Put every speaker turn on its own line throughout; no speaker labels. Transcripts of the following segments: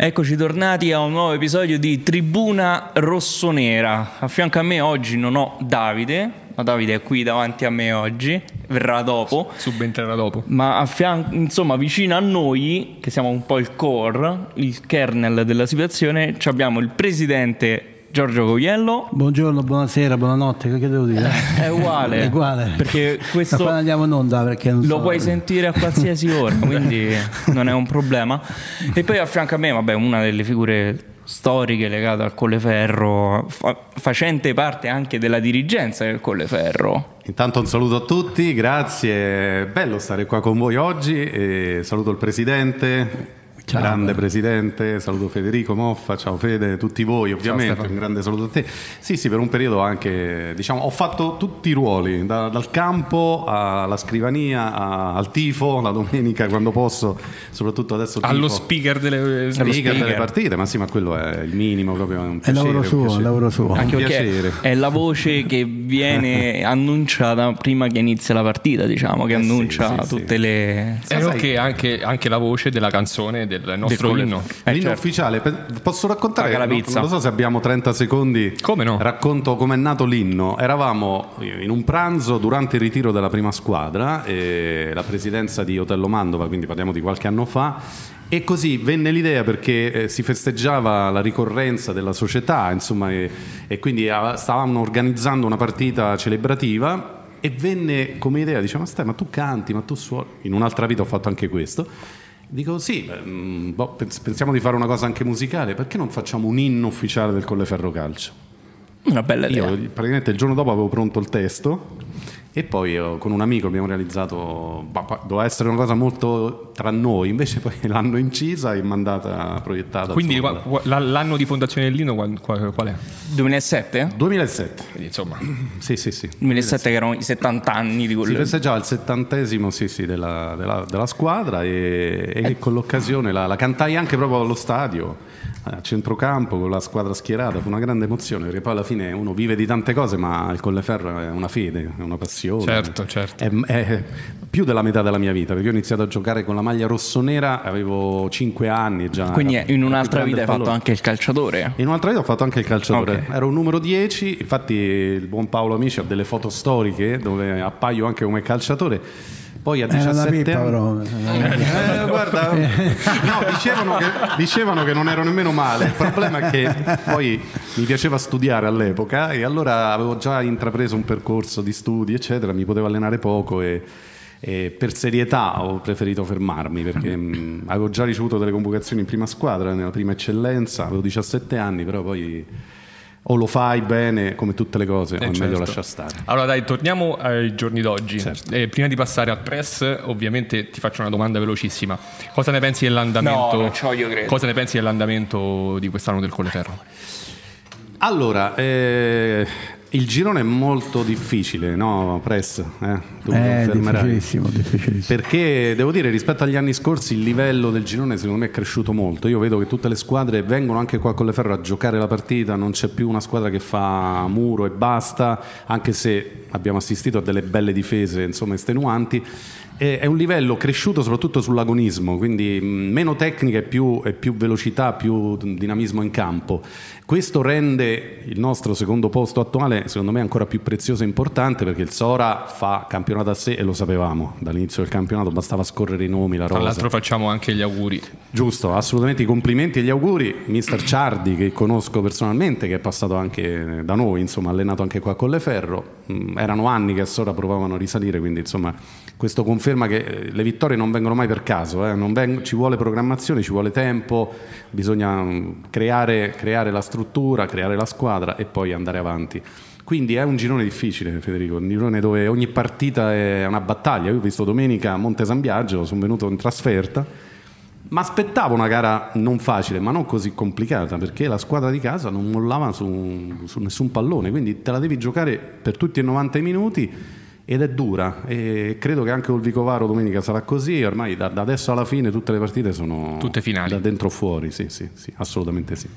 Eccoci tornati a un nuovo episodio di Tribuna Rossonera. A fianco a me oggi non ho Davide, ma Davide è qui davanti a me oggi, verrà dopo.
Subentrerà dopo.
Ma a fianco, insomma, vicino a noi, che siamo un po' il core, il kernel della situazione, ci abbiamo il presidente Giorgio Cogliello.
Buongiorno, buonasera, buonanotte, che devo dire?
È uguale.
È uguale.
Perché questo
Ma poi andiamo in onda perché non
lo
so.
puoi sentire a qualsiasi ora, quindi non è un problema. E poi a fianco a me, vabbè, una delle figure storiche legate al Colleferro, fa- facente parte anche della dirigenza del Colleferro.
Intanto un saluto a tutti, grazie, bello stare qua con voi oggi, e saluto il Presidente,
Ciao.
grande Presidente, saluto Federico Moffa, ciao Fede, tutti voi ovviamente,
Stefano.
un grande saluto a te. Sì, sì, per un periodo anche, diciamo, ho fatto tutti i ruoli, da- dal campo alla scrivania, a- al tifo, la domenica quando posso, soprattutto adesso... il
Allo
tifo.
speaker delle
Speaker delle
speaker.
partite, ma sì, ma quello è il minimo proprio. È un
È
piacere,
lavoro
un
suo, è
piacere.
lavoro suo.
Anche
Perché
piacere.
è la voce che viene annunciata prima che inizia la partita, diciamo, che
Eh sì,
annuncia
sì, sì.
tutte le...
E
Sai-
anche, Eh, anche, anche la voce della canzone del nostro
Colleferro.
inno.
Eh,
L'inno
certo.
ufficiale, Pe- posso raccontare?
Paga la
Non-
pizza.
Non lo so se abbiamo 30 secondi.
Come no?
Racconto com'è nato l'inno. Eravamo in un pranzo durante il ritiro della prima squadra, eh, la presidenza di Otello Mandova, quindi parliamo di qualche anno fa. E così venne l'idea perché eh, si festeggiava la ricorrenza della società, insomma, e, e quindi ah, stavamo organizzando una partita celebrativa e venne come idea, diceva, ma stai, ma tu canti, ma tu suoni, in un'altra vita ho fatto anche questo. Dico sì, beh, mm, boh, pens- pensiamo di fare una cosa anche musicale, perché non facciamo un inno ufficiale del Colleferro Calcio?
Una bella idea.
Io
Eh.
praticamente il giorno dopo avevo pronto il testo e poi eh, con un amico abbiamo realizzato, bah, pa- doveva essere una cosa molto tra noi, invece poi l'hanno incisa e mandata, proiettata.
Quindi
insomma.
qua- qua- la- l'anno di fondazione dell'inno qual, qual- qual è?
2007?
2007,
Quindi, insomma,
sì sì sì.
2007 che erano i 70 anni di
Si
quello.
festeggiava il settantesimo sì, sì, della, della- della squadra e, e
Eh.
con l'occasione la, la cantai anche proprio allo stadio, a centrocampo, con la squadra schierata. Fu una grande emozione perché poi alla fine uno vive di tante cose, ma il Colleferro è una fede, è una passione.
Certo, certo.
È, è più della metà della mia vita perché ho iniziato a giocare con la maglia rossonera, avevo 5 anni già.
Quindi
era-
in
era
un'altra
Ah, più
vita
grande il
hai fatto
pallone.
anche il calciatore.
In un'altra vita ho fatto anche il calciatore.
Ok.
Ero un numero 10, infatti il buon Paolo Amici ha delle foto storiche dove appaio anche come calciatore. Poi a
Era una
17
pippa
anni...
però.
Eh, guarda, no, dicevano che, dicevano che non ero nemmeno male. Il problema è che poi mi piaceva studiare all'epoca e allora avevo già intrapreso un percorso di studi, eccetera, mi potevo allenare poco e. e per serietà ho preferito fermarmi perché mh, avevo già ricevuto delle convocazioni in prima squadra, nella prima eccellenza, avevo 17 anni, però poi o lo fai bene come tutte le cose, o è
certo.
meglio lasciar stare.
Allora dai, torniamo ai giorni d'oggi. Eh, prima di passare al press, ovviamente ti faccio una domanda velocissima. Cosa ne pensi dell'andamento?
No, non ci voglio credere.
Cosa ne pensi dell'andamento di quest'anno del Colleferro?
Allora, eh, il girone è molto difficile, no, Press? Eh, tu mi
È
confermerai.
difficilissimo, difficilissimo.
Perché devo dire, rispetto agli anni scorsi, il livello del girone secondo me è cresciuto molto. Io vedo che tutte le squadre vengono anche qua con le ferro a giocare la partita, non c'è più una squadra che fa muro e basta, anche se abbiamo assistito a delle belle difese, insomma, estenuanti. E- È un livello cresciuto soprattutto sull'agonismo, quindi mh, meno tecnica e più, e più velocità, più d- dinamismo in campo. Questo rende il nostro secondo posto attuale, secondo me, ancora più prezioso e importante perché il Sora fa campionato a sé e lo sapevamo dall'inizio del campionato, bastava scorrere i nomi, la
Tra
rosa.
l'altro facciamo anche gli auguri.
Giusto, assolutamente i complimenti e gli auguri. Mister Ciardi, che conosco personalmente, che è passato anche da noi, insomma, allenato anche qua con Leferro. Mm, Erano anni che a Sora provavano a risalire, quindi insomma, questo conferma che eh, le vittorie non vengono mai per caso. eh. Non veng- ci vuole programmazione, ci vuole tempo, bisogna mm, creare, creare la struttura, creare la squadra e poi andare avanti. Quindi è un girone difficile, Federico, un girone dove ogni partita è una battaglia. Io ho visto domenica a Monte San Biagio, sono venuto in trasferta. Ma aspettavo una gara non facile, ma non così complicata, perché la squadra di casa non mollava su, su nessun pallone, quindi te la devi giocare per tutti i 90 minuti ed è dura. E credo che anche col Vicovaro domenica sarà così, ormai da, da adesso alla fine tutte le partite sono
Tutte finali.
Da dentro o fuori, sì, sì, sì, assolutamente sì.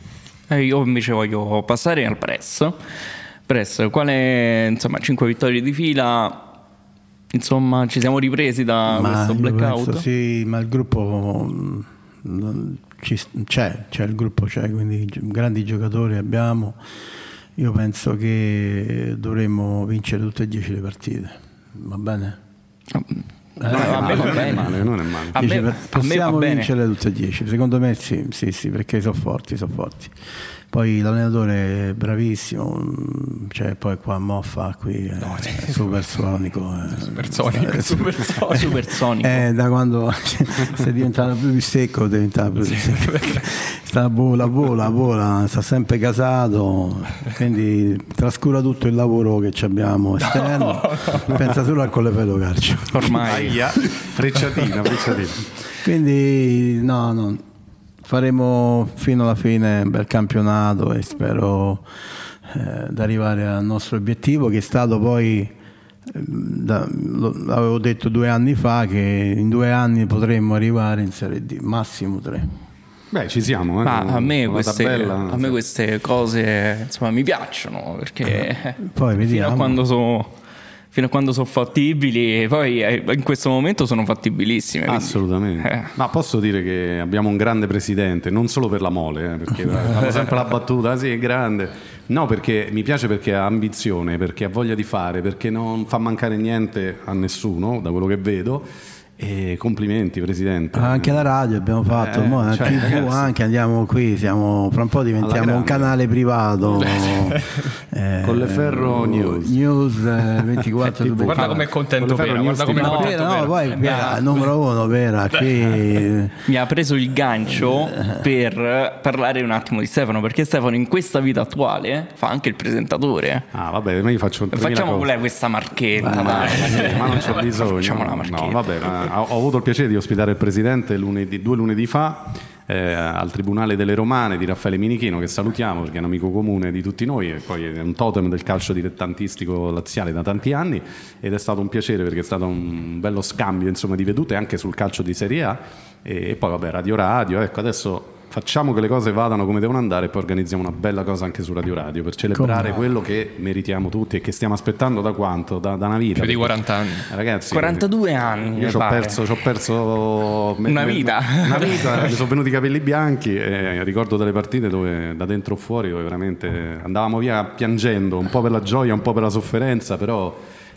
Eh, Io invece voglio passare al press. Press, quale insomma 5 vittorie di fila. Insomma, ci siamo ripresi da
Ma
Ah, questo
io
blackout.
penso Sì, ma il gruppo mh, mm, non- ci s- c'è, c'è, il gruppo c'è, quindi gi- grandi giocatori abbiamo. Io penso che dovremmo vincere tutte e dieci le partite, va bene?
Ah, a me va
non è
bene.
male, non è male.
A me-
Dice,
a me
per-
va
possiamo
bene.
vincere tutte e dieci, secondo me sì, sì, sì, perché sono forti, sono forti. Poi l'allenatore è bravissimo, mm, cioè poi qua Moffa qui eh, è supersonico. eh.
Supersonic, supersonic.
Supersonico.
Eh, da quando sei diventato più secco, diventa più secco. Sta bola, bola, bola, sta sempre casato, quindi trascura tutto il lavoro che ci abbiamo esterno, pensa solo al collefello calcio.
Ormai
Aia, frecciatina, frecciatina.
Quindi no, no, faremo fino alla fine un bel campionato e spero eh, di arrivare al nostro obiettivo che è stato poi, eh, da- lo- l'avevo detto due anni fa, che in due anni potremmo arrivare in Serie D, massimo tre.
Beh, ci siamo. eh,
Ma a me,
con la
queste,
tabella,
a me queste cose insomma, mi piacciono perché fino
Poi
a
vediamo.
quando sono fino a quando sono fattibili e poi eh, in questo momento sono fattibilissime. quindi-
Assolutamente.
Eh.
Ma posso dire che abbiamo un grande presidente, non solo per la mole, eh, perché fanno sempre la battuta, "Ah, sì, è grande. No, perché mi piace perché ha ambizione, perché ha voglia di fare, perché non fa mancare niente a nessuno, da quello che vedo. E complimenti, presidente.
Ah, Anche la radio abbiamo fatto,
Eh,
mo la
cioè,
TV
ragazzi.
anche andiamo qui, siamo, fra un po' diventiamo un
grande.
canale privato. eh,
Colleferro News.
News eh, 24 su
Guarda
24.
com'è contento
Volevo
Pera,
fare un
guarda
news
com'è
di-
No,
contento
Pera, no,
Pera.
Eh,
poi Pera, numero uno, Pera, qui
Mi ha preso il gancio per parlare un attimo di Stefano, perché Stefano in questa vita attuale fa anche il presentatore.
Ah, vabbè, ma io faccio un
Facciamo pure questa marchetta, dai.
Eh, ma non c'è bisogno.
Facciamo la marchetta.
No, vabbè, ma ho, ho avuto il piacere di ospitare il presidente lunedì- due lunedì fa eh, al Tribunale delle Romane di Raffaele Minichino, che salutiamo perché è un amico comune di tutti noi e poi è un totem del calcio dilettantistico laziale da tanti anni ed è stato un piacere perché è stato un bello scambio insomma, di vedute anche sul calcio di Serie A e, e poi vabbè Radio Radio, ecco adesso... Facciamo che le cose vadano come devono andare e poi organizziamo una bella cosa anche su Radio Radio per celebrare quello che meritiamo tutti e che stiamo aspettando da quanto? Da, da una vita.
Più di
perché-
40 anni.
Eh, Ragazzi,
42 anni.
io
mi
ci ho
pare.
perso, ci ho perso me-
Una
me-
vita.
una vita, mi sono venuti i capelli bianchi e ricordo delle partite dove da dentro o fuori dove veramente andavamo via piangendo, un po' per la gioia, un po' per la sofferenza, però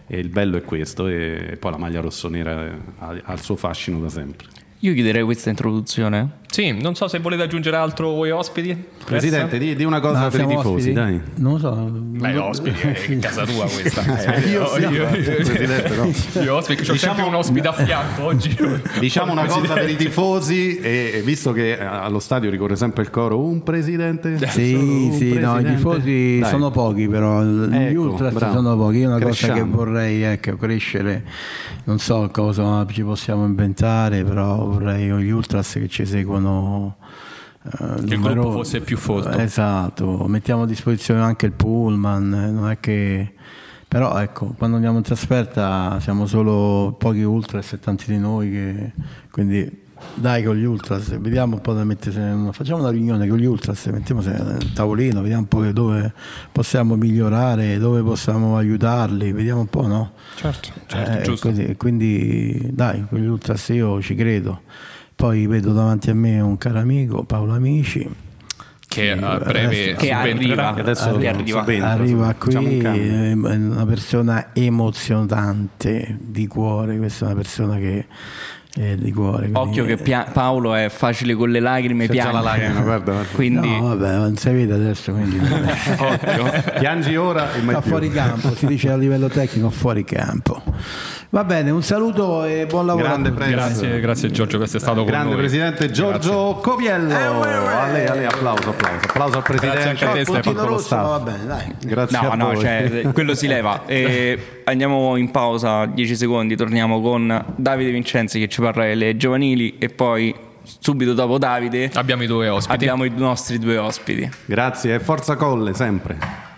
eh, il bello è questo e poi la maglia rossonera eh, ha, ha il suo fascino da sempre.
Io chiuderei questa introduzione.
Sì, non so se volete aggiungere altro voi ospiti. Pressa?
Presidente, di, di una cosa
Ma
per i
siamo
tifosi,
ospiti?
dai.
Non lo so.
Beh, ospiti, è casa tua questa.
Io
io, io,
Presidente, no.
io ospiti, c'ho sempre un ospite a fianco oggi.
Diciamo una cosa per i tifosi, e e visto che eh, allo stadio ricorre sempre il coro, un presidente.
Sì,
solo un
sì, no, i
presidente".
tifosi
Dai.
sono pochi però, l- gli
Ecco,
ultras
bravo.
sono pochi, io una cosa che
Cresciamo.
vorrei ecco, crescere, non so cosa ci possiamo inventare, però vorrei gli ultras che ci seguono. eh,
il
numero-
gruppo fosse più folto.
Esatto, mettiamo a disposizione anche il pullman, eh, non è che... Però ecco, quando andiamo in trasferta siamo solo pochi ultras e tanti di noi, che... quindi dai con gli ultras, vediamo un po' da mettere, facciamo una riunione con gli ultras, mettiamo un tavolino, vediamo un po' che dove possiamo migliorare, dove possiamo aiutarli, vediamo un po', no?
Certo,
Eh, Quindi, quindi, dai, con gli ultras io ci credo. Poi vedo davanti a me un caro amico, Paolo Amici,
Che eh, a breve
Che
subentrerà.
arriva.
E adesso
Arriva.
subentra,
arriva
su- facciamo
qui, eh,
un cambio.
è una persona emozionante di cuore, questa è una persona che è di cuore. quindi-
Occhio che pia- Paolo è facile con le lacrime,
C'è già la
piange.
lacrima, guarda, guarda.
Quindi
No, vabbè, non si vede adesso, quindi...
occhio.
Piangi ora e mai
Sta
più.
fuori campo, si dice a livello tecnico fuori campo. Va bene, un saluto e buon lavoro.
Grande
a tutti.
prezzo.
Grazie, grazie Giorgio, questo è stato con
Grande
noi.
presidente Giorgio Coviello. A lei, a lei, applauso, applauso. Applauso al presidente.
anche a te,
al
Stefano.
piccolo
Rosso,
staff.
ma va bene, dai.
Grazie
No,
a
no,
voi.
cioè, quello si leva. E andiamo in pausa 10 secondi, torniamo con Davide Vincenzi che ci parla delle giovanili e poi subito dopo Davide
Abbiamo i due ospiti.
abbiamo i nostri due ospiti.
Grazie e forza Colle sempre.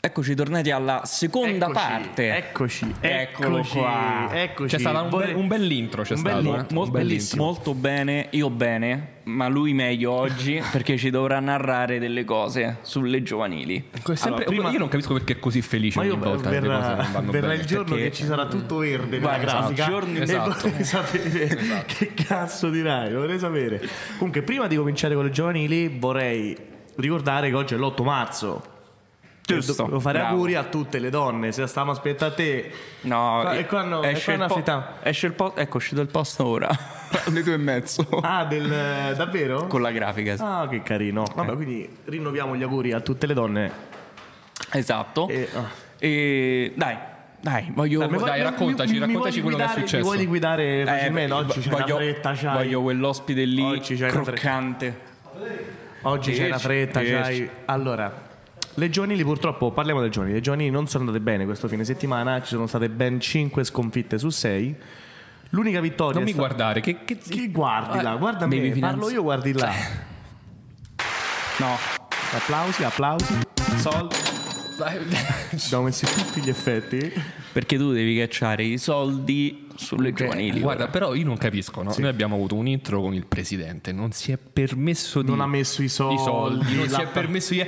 eccoci tornati alla seconda
Eccoci,
parte.
Eccoci,
Eccolo
eccoci,
qua. Cioè,
Eccoci.
C'è stato un,
Buone-
bel, un bell'intro, c'è
un
stato,
bell'in-
eh.
Mo-
Un
Molto,
bell'intro.
molto bene, io bene, ma lui meglio oggi perché ci dovrà narrare delle cose sulle giovanili.
È sempre-
Allora, prima-
Io non capisco perché è così felice
Ma
ogni
io
volta che le cose
verrà,
non vanno
verrà
bene.
il giorno
perché-
che ci sarà tutto verde nella
Guarda, esatto,
grafica
giorni-
e
esatto.
vorrei sapere che cazzo dirai, vorrei sapere. Comunque, prima di cominciare con le giovanili, vorrei ricordare che oggi è l'8 marzo.
Giusto,
E Devo fare
bravo.
auguri a tutte le donne, se stiamo aspettando te.
No,
Qua-
eh,
e qua no- e qua
esce, il
no,
po-
aspetta.
esce il po- ecco, è uscito il post ora alle due e mezzo
Oh.
Ah, del, davvero?
con la grafica. sì.
Ah, che carino. Vabbè, quindi rinnoviamo gli auguri a tutte le donne.
Esatto.
E-
E,
ah.
dai, dai, voglio
Dai,
Dai,
raccontaci, raccontaci quello che è successo.
Mi vuoi liquidare
eh,
facilmente? oggi c'è
voglio,
una fretta, c'hai.
voglio quell'ospite lì
Oggi c'hai una fretta.
croccante.
Oggi c'è la
Dieci,
fretta,
dieci.
c'hai. Allora, le giovanili purtroppo, parliamo delle giovanili, le giovanili non sono andate bene questo fine settimana, ci sono state ben 5 sconfitte su 6. L'unica vittoria
Non
è
mi
sta-
guardare, che, che-
Chi guardi là? Guarda
Baby
me,
Finanza.
parlo io, guardi là.
No,
Applausi, applausi. Sol, abbiamo messo tutti gli effetti.
perché tu devi cacciare i soldi sulle
Cioè,
giovanili.
Guarda, però io non capisco, no? Noi abbiamo avuto un intro con il presidente, non si è permesso di
Non ha messo i soldi.
i soldi, non si
Oh, la-
è permesso di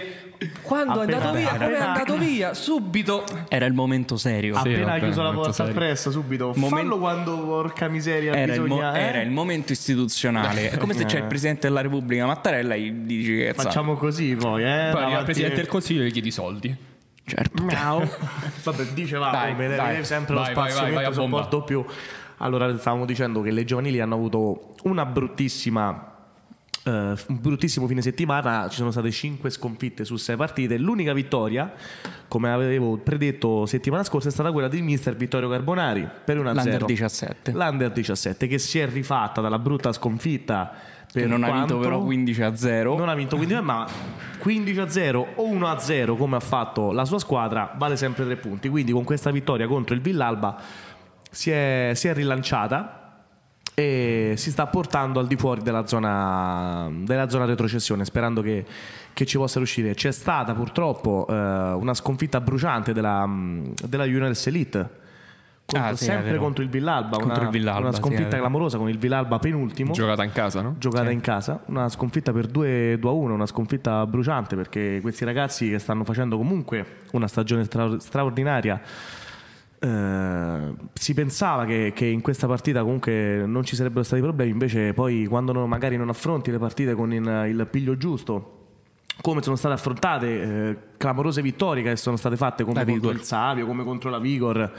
Quando
Appena-
è andato via,
appena-
come è andato via, subito.
Era il momento serio.
Sì,
Appena ha
vabbè,
chiuso la
molto
porta
serio.
appresso, subito.
Momen-
Fallo quando, porca miseria,
Era, il
bisogna.
mo-
eh?
era il momento istituzionale. È come se c'è il presidente della Repubblica Mattarella e gli dici che sa-
Facciamo così poi, eh?
Poi arriva il
davanti-
presidente del consiglio e gli chiedi i soldi.
Certo.
Vabbè, diceva
Dai,
come
dai.
deve sempre
Vai,
lo
vai,
spazio
vai, vai a bomba.
sopporto più. Allora, stavamo dicendo che le giovanili hanno avuto una bruttissima. eh, un bruttissimo fine settimana ci sono state 5 sconfitte su 6 partite. L'unica vittoria, come avevo predetto settimana scorsa, è stata quella di mister Vittorio Carbonari per una
L'Under 17.
L'Under 17 che si è rifatta dalla brutta sconfitta per
Che non ha vinto
quanto-
però 15 a 0.
non ha vinto 15 ma 15 a 0 o 1 a 0 come ha fatto la sua squadra vale sempre 3 punti quindi con questa vittoria contro il Villalba si è, si è rilanciata e si sta portando al di fuori della zona, della zona retrocessione sperando che, che ci possa riuscire c'è stata purtroppo eh, una sconfitta bruciante della, della Juniors Elite contro-
Ah, sì, è
sempre
vero.
contro il Villalba,
Contro
una,
il Villalba,
una
sì, è
sconfitta
vero.
clamorosa con il Villalba penultimo
Giocata in casa, no?
giocata in casa, una sconfitta per 2 a 1, una sconfitta bruciante perché questi ragazzi che stanno facendo comunque una stagione stra- straordinaria. eh, si pensava che, che in questa partita comunque non ci sarebbero stati problemi, invece poi quando non- magari non affronti le partite con il, il piglio giusto, come sono state affrontate eh, clamorose vittorie che sono state fatte come
La
contro
Vigor.
il Savio, come contro la Vigor,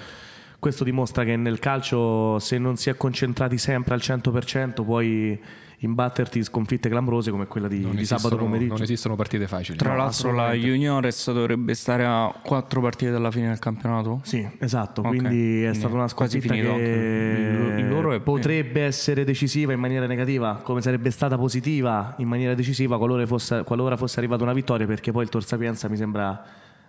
questo dimostra che nel calcio, se non si è concentrati sempre al 100%, puoi imbatterti in sconfitte clamorose come quella di,
Non,
di sabato
esistono,
pomeriggio.
non esistono partite facili.
Tra l'altro la Juniores dovrebbe stare a 4 partite dalla fine del campionato.
Sì, esatto.
Ok.
Quindi è
Quindi
stata una
quasi
sconfitta
finito.
che
Il- il loro è-
potrebbe essere decisiva in maniera negativa, come sarebbe stata positiva in maniera decisiva qualora fosse, qualora fosse arrivata una vittoria, perché poi il Tor Sapienza mi sembra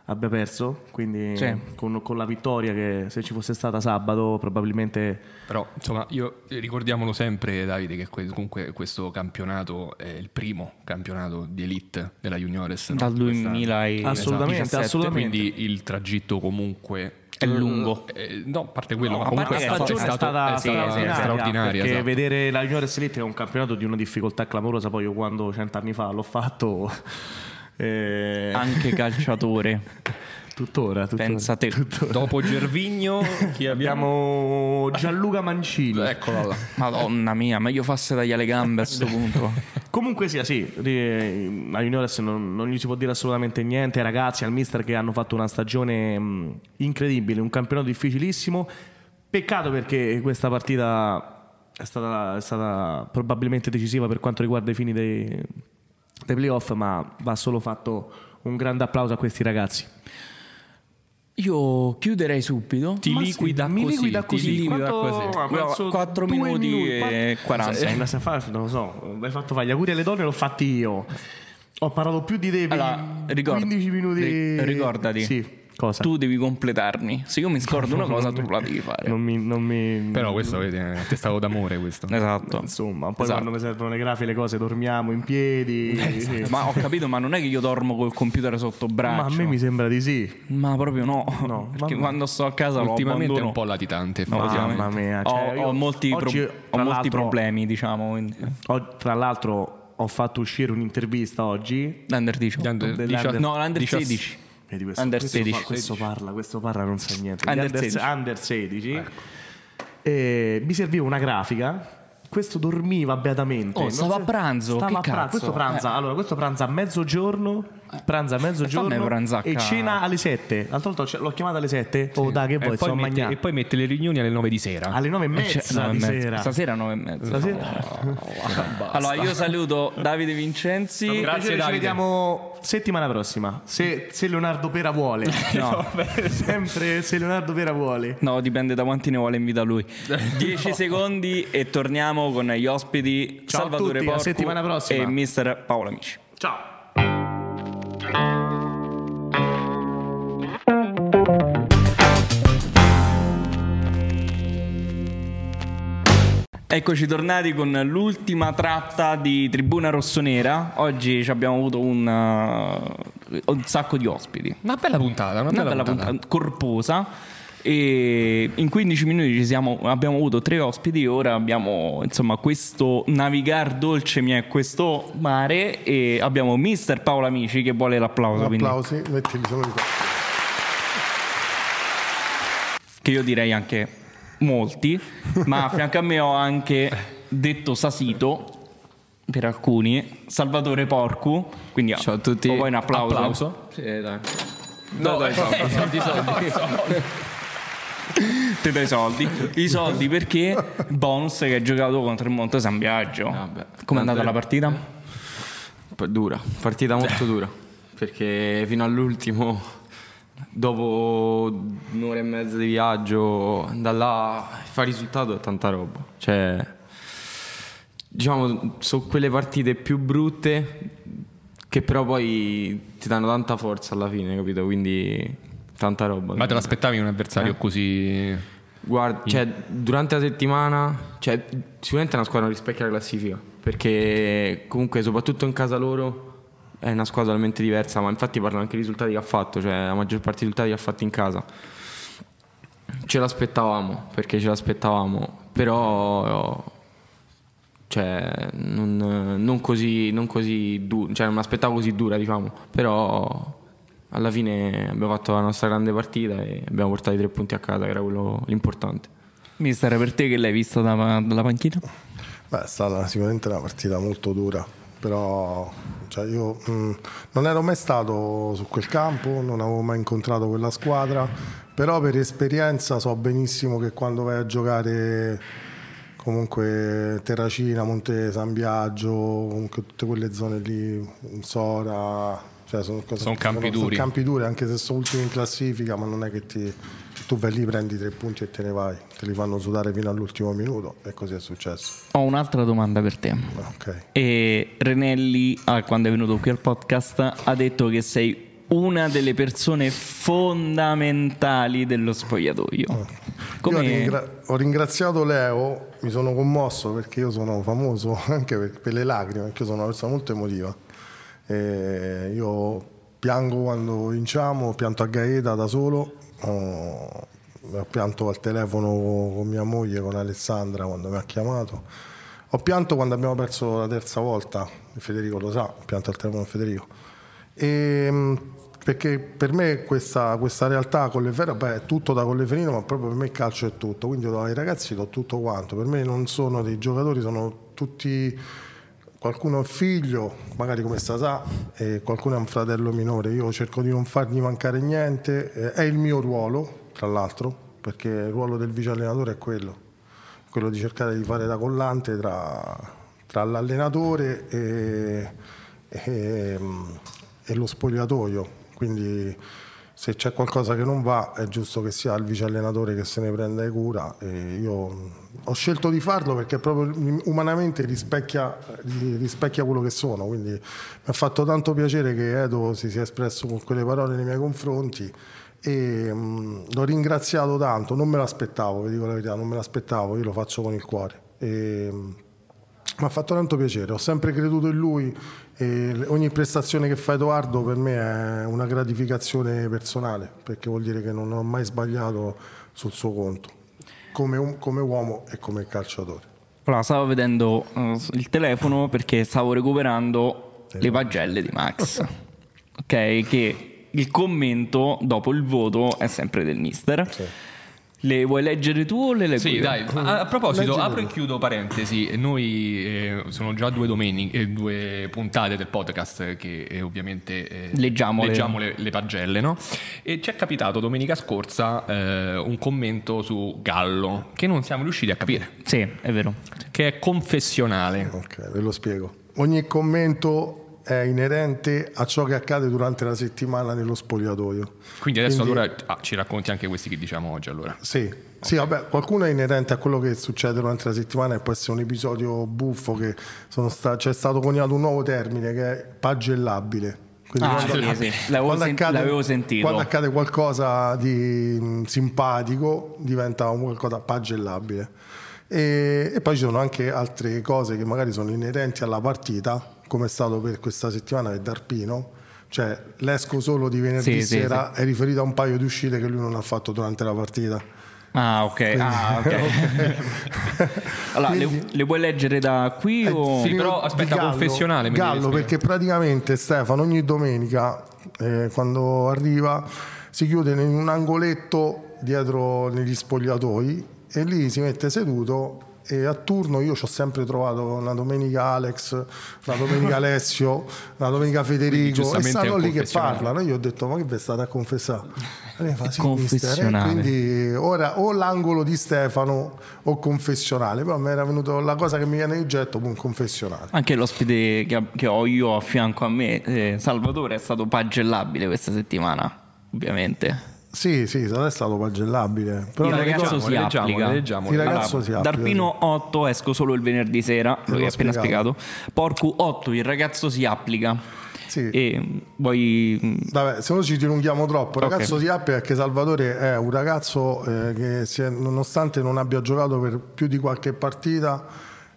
abbia perso. Quindi
Sì.
con, con la vittoria che se ci fosse stata sabato probabilmente...
Però, insomma, io eh, ricordiamolo sempre, Davide, che que- comunque questo campionato è il primo campionato di elite della Juniores. no?
Dal
Di questa- esatto,
2000 e-
Assolutamente,
17,
assolutamente.
Quindi il tragitto comunque
È lungo.
Eh, no, a parte quello,
No,
ma
a parte
comunque
che
è
la
stato- è
stagione
è
stato-
stata
è stata
straordinaria,
straordinaria.
perché
esatto.
vedere la Junior Elite è un campionato di una difficoltà clamorosa poi io quando cent'anni fa l'ho fatto eh,
Anche calciatore.
tuttora, tuttora
Pensa te.
Dopo Gervigno, chi abbiamo? Ecco.
Abbiamo Gianluca Mancini.
Eccola là.
Madonna mia, meglio farsi tagliare le gambe a questo punto.
Comunque sia, sì, ri- a Juniores non, non gli si può dire assolutamente niente. Ai ragazzi, al mister che hanno fatto una stagione mh, incredibile, un campionato difficilissimo. Peccato perché questa partita è stata, è stata probabilmente decisiva per quanto riguarda i fini dei, dei playoff, ma va solo fatto un grande applauso a questi ragazzi.
Io chiuderei subito.
Ti
Ma sì,
liquida
mi
così,
liquida
ti
così.
liquida
Quanto-
così.
ha perso
4
due
minuti, e
quattro-
40.
Eh, la sa fare, non lo so, hai fatto fare gli auguri alle donne, l'ho fatti io. Ho parlato più di te per
Allora, ricorda-
15 minuti.
ri- ricordati
Sì. Cosa?
Tu devi completarmi. Se io mi scordo una cosa, tu la devi fare.
Non mi. non mi-
Però questo vedi, è attestato d'amore questo.
Esatto.
Insomma, poi
Esatto.
quando mi servono le grafiche, le cose, dormiamo in piedi. Eh, sì.
Ma ho capito, ma non è che io dormo col computer sotto
Ma
braccio.
a me mi sembra di sì.
Ma proprio no.
No,
Perché
mamma-
quando sto a casa lo
Ultimamente è
abbandono.
un po' latitante.
No,
effettivamente.
Mamma mia.
Ho-
cioè,
ho,
io
molti, pro-
oggi,
ho
tra
molti
l'altro,
problemi, diciamo. Quindi.
ho- tra l'altro, ho fatto uscire un'intervista oggi.
L'under 18.
Gli under-
dell'under-
no, l'under
18.
16.
Vedi questo,
Under
questo
16.
fa- questo parla, questo parla, non sa niente. Gli
Under
Under,
16.
under 16.
Ecco.
E mi serviva una grafica. Questo dormiva beatamente.
Oh,
non
stava a pranzo,
Stava
che
a pranzo.
cazzo? Eh.
Questo pranza, allora, questo pranza a mezzogiorno. Pranza a mezzogiorno.
pranzacca.
e cena alle 7. L'altra volta ce- l'ho chiamata alle 7. Oh, dai, che
E
vuoi?
poi,
Sto a
mette,
mangiare.
e poi mette le riunioni alle 9 di sera.
Alle 9 e mezza
Cioè, nove
di
e mezza.
sera.
Stasera 9 e mezza.
Stasera.
Allora, io saluto Davide Vincenzi.
Grazie,
Piacere, Ci
Davide.
vediamo settimana prossima. Se, se Leonardo Pera vuole.
No.
Sempre se Leonardo Pera vuole.
No, dipende da quanti ne vuole in vita lui. 10 secondi e torniamo con gli ospiti
Ciao a
Salvatore
tutti, a
Porcu
settimana prossima.
e mister Paolo Amici.
Ciao.
Eccoci tornati con l'ultima tratta di Tribuna Rossonera. Oggi ci abbiamo avuto un, uh, un sacco di ospiti.
Una bella puntata, una,
Una bella puntata corposa. E in 15 minuti ci siamo- abbiamo avuto tre ospiti. Ora abbiamo insomma questo navigar dolce mio, questo mare. E abbiamo Mister Paolo Amici che vuole l'applauso. quindi-
Applausi, mettimi solo di qua.
che io direi anche molti, ma a fianco a me ho anche detto Sasito per alcuni, Salvatore Porcu, quindi
Ciao a tutti.
o vuoi un applauso.
Applauso.
Sì, dai.
No, dai, soldi, soldi.
Te dai i soldi. I soldi perché Bonus che ha giocato contro il Monte San Biagio.
Ah,
Vabbè.
Come è andata
Vabbè.
la partita?
Eh?
P- Dura, partita molto dura, perché fino all'ultimo, dopo un'ora e mezza di viaggio, da là fa risultato è tanta roba. Cioè, diciamo, sono quelle partite più brutte che però poi ti danno tanta forza alla fine, capito? Quindi tanta roba.
Ma te l'aspettavi un avversario così.
Guarda, cioè, durante la settimana, cioè, sicuramente è una squadra che rispecchia la classifica, perché comunque soprattutto in casa loro è una squadra talmente diversa, ma infatti parlo anche dei risultati che ha fatto, cioè la maggior parte dei risultati che ha fatto in casa. Ce l'aspettavamo, perché ce l'aspettavamo, però cioè, non, non così, non così dura, cioè non mi aspettavo così dura, diciamo, però alla fine abbiamo fatto la nostra grande partita e abbiamo portato i tre punti a casa, che era quello l'importante.
Mister, per te che l'hai vista da- dalla panchina?
Beh, è stata sicuramente una partita molto dura, però cioè, io mh, non ero mai stato su quel campo, non avevo mai incontrato quella squadra, però per esperienza so benissimo che quando vai a giocare comunque Terracina, Monte San Biagio, comunque tutte quelle zone lì, Sora, cioè sono, cose-
Sono campi
sono- sono
duri.
campi duri, anche se sono ultimi in classifica, ma non è che ti- tu vai lì, prendi tre punti e te ne vai, te li fanno sudare fino all'ultimo minuto e così è successo.
Ho un'altra domanda per te.
Ok.
E Renelli, ah, quando è venuto qui al podcast, ha detto che sei una delle persone fondamentali dello spogliatoio.
Io
Come...
ringra- ho ringraziato Leo, mi sono commosso perché io sono famoso anche per, per le lacrime, perché io sono una persona molto emotiva. E io piango quando vinciamo, pianto a Gaeta da solo, ho, ho pianto al telefono con mia moglie, con Alessandra quando mi ha chiamato. Ho pianto quando abbiamo perso la terza volta, Federico lo sa, ho pianto al telefono con Federico. Ehm, perché per me questa, questa realtà Colleferro beh, è tutto da Colleferino, ma proprio per me il calcio è tutto, quindi io do ai ragazzi do tutto quanto, per me non sono dei giocatori, sono tutti qualcuno è un figlio, magari come sta sa, e qualcuno è un fratello minore, io cerco di non fargli mancare niente, eh, è il mio ruolo, tra l'altro, perché il ruolo del vice allenatore è quello quello di cercare di fare da collante tra, tra l'allenatore e, e- e lo spogliatoio. Quindi se c'è qualcosa che non va è giusto che sia il vice allenatore che se ne prenda cura. E io mh, ho scelto di farlo perché proprio mh, umanamente rispecchia, ri- rispecchia quello che sono. Quindi mi ha fatto tanto piacere che Edo si sia espresso con quelle parole nei miei confronti e mh, l'ho ringraziato tanto, non me l'aspettavo, vi dico la verità, non me l'aspettavo, io lo faccio con il cuore. E, mh, mi ha fatto tanto piacere, ho sempre creduto in lui e le- ogni prestazione che fa Edoardo per me è una gratificazione personale, perché vuol dire che non ho mai sbagliato sul suo conto, come, un- come uomo e come calciatore.
Allora, stavo vedendo eh, il telefono perché stavo recuperando le pagelle di Max. ok, che il commento dopo il voto è sempre del mister. Le vuoi leggere tu o le leggo
Sì,
io?
dai, a, a proposito,
Leggilo.
apro e chiudo parentesi. Noi eh, sono già due domeniche, eh, due puntate del podcast che eh, ovviamente eh,
Leggiamo le-
leggiamo le, le pagelle, no? E ci è capitato domenica scorsa eh, un commento su Gallo che non siamo riusciti a capire,
Sì, è vero.
che è confessionale.
Ok, ve lo spiego. Ogni commento è inerente a ciò che accade durante la settimana nello spogliatoio.
Quindi adesso
Quindi-
allora ah, ci racconti anche questi che diciamo oggi allora.
Sì, sì, vabbè, qualcuno è inerente a quello che succede durante la settimana e può essere un episodio buffo che sono sta- c'è stato coniato un nuovo termine che è pagellabile. Quindi
Ah,
quando-
sì, sì. L'avevo,
quando
sen-
accade-
l'avevo sentito.
Quando accade qualcosa di mh, simpatico diventa un qualcosa pagellabile. E, e poi ci sono anche altre cose che magari sono inerenti alla partita, come è stato per questa settimana per Darpino. Cioè, l'esco solo di venerdì
Sì, sì,
sera è riferito a un paio di uscite che lui non ha fatto durante la partita.
Ah, ok. Ah, ok. allora, le- le, vuoi leggere da qui
Eh,
o...
finito
però
di
aspetta, confessionale, mi devi
Gallo,
spiegare.
perché praticamente Stefano ogni domenica eh, quando arriva si chiude in un angoletto dietro negli spogliatoi e lì si mette seduto e a turno io ci ho sempre trovato una domenica Alex, una domenica Alessio, una domenica Federico e
giustamente è
stanno
un
lì che
confessionale.
parlano. Io ho detto ma che vi state a confessare? E lei fa, "Sì,
Confessionale.
mister, eh, quindi ora o l'angolo di Stefano o confessionale, però mi era venuto la cosa che mi viene in getto, un confessionale.
Anche l'ospite che, che ho io a fianco a me, eh, Salvatore, è stato pagellabile questa settimana, ovviamente.
Sì, sì, sarà stato pagellabile, però
Il
non
ragazzo
ricordo-
si
le leggiamo,
applica.
le leggiamo.
il ragazzo si applica,
Darpino 8, esco solo il venerdì sera, lo hai
l'ho
appena
spiegato.
spiegato. Porcu 8, il ragazzo si applica.
Sì.
E mm, vuoi... mm,
Vabbè, se no ci dilunghiamo troppo, il
Ok.
ragazzo si apre perché Salvatore è un ragazzo eh, che si è- nonostante non abbia giocato per più di qualche partita,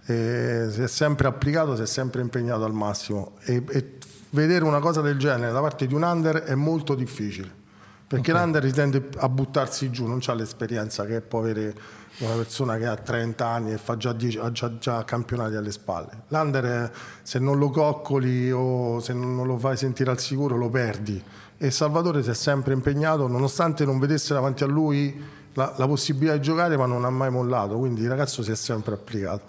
eh, si è sempre applicato, si è sempre impegnato al massimo e, e vedere una cosa del genere da parte di un under è molto difficile perché l'under tende a buttarsi giù, non ha l'esperienza che può avere una persona che ha 30 anni e fa già 10 ha già, già campionati alle spalle. L'under è- se non lo coccoli o se non lo fai sentire al sicuro lo perdi e Salvatore si è sempre impegnato nonostante non vedesse davanti a lui la, la possibilità di giocare ma non ha mai mollato, quindi il ragazzo si è sempre applicato.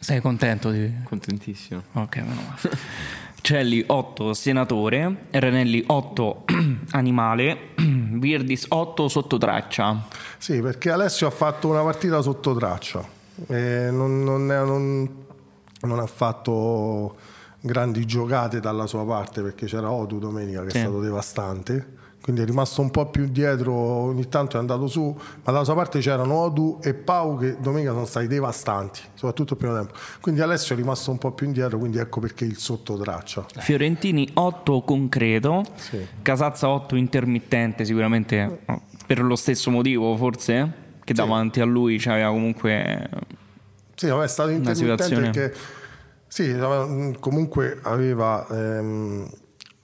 Sei contento di...
Contentissimo.
Ok, meno male. Celli 8 senatore, Renelli 8 animale, Virdis 8 sottotraccia.
Sì, perché Alessio ha fatto una partita sotto traccia, eh, non, non è- non- non ha fatto grandi giocate dalla sua parte perché c'era Odu domenica che
Sì.
è stato devastante, quindi è rimasto un po' più dietro, ogni tanto è andato su, ma dalla sua parte c'erano Odu e Pau che domenica sono stati devastanti, soprattutto il primo tempo. Quindi Alessio è rimasto un po' più indietro, quindi ecco perché il sotto traccia.
Fiorentini 8 concreto, Casazza 8 intermittente, sicuramente no, per lo stesso motivo forse, che davanti a lui c'aveva comunque... eh,
Sì, vabbè, è stato intermittente
situazione-
perché sì, aveva- mh, comunque aveva ehm,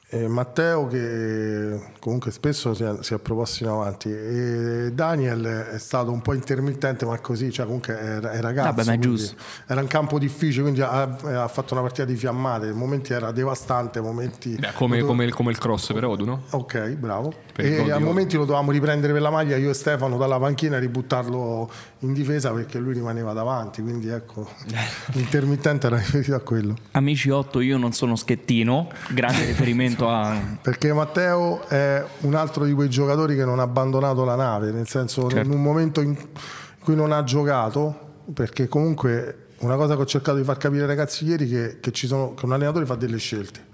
eh, Matteo che comunque spesso si è, si è proposto in avanti e Daniel è stato un po' intermittente ma così, cioè comunque era, è ragazzo,
Vabbè, ma è
quindi
giusto.
era un campo difficile, quindi ha, ha fatto una partita di fiammate, momenti era devastante, momenti...
Beh, come, come il, come il cross per Odu, no?
Ok, bravo.
Per il gol
E
di
a
Odu.
momenti lo dovevamo riprendere per la maglia io e Stefano dalla panchina e ributtarlo in difesa perché lui rimaneva davanti, quindi ecco, l'intermittente era riferito a quello.
Amici 8 io non sono schettino, grande riferimento a...
Perché Matteo è un altro di quei giocatori che non ha abbandonato la nave, nel senso
Certo.
in un momento in cui non ha giocato, perché comunque una cosa che ho cercato di far capire ai ragazzi ieri è che, che ci sono- che un allenatore fa delle scelte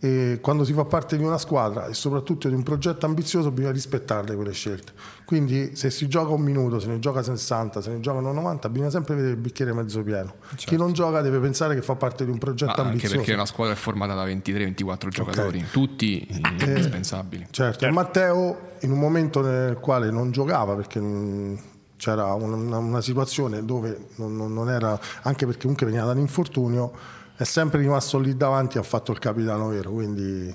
E quando si fa parte di una squadra e soprattutto di un progetto ambizioso bisogna rispettarle quelle scelte. Quindi se si gioca un minuto, se ne gioca 60, se ne giocano 90, bisogna sempre vedere il bicchiere mezzo pieno. Chi non gioca deve pensare che fa parte di un
Certo. Ma
progetto
Ah, anche
ambizioso.
perché una squadra è formata da 23-24 giocatori, tutti indispensabili.
Certo, e Matteo in un momento nel quale non giocava perché non- c'era un- una, una situazione dove non, non- non era, anche perché comunque veniva da un infortunio, è sempre rimasto lì davanti, ha fatto il capitano vero, quindi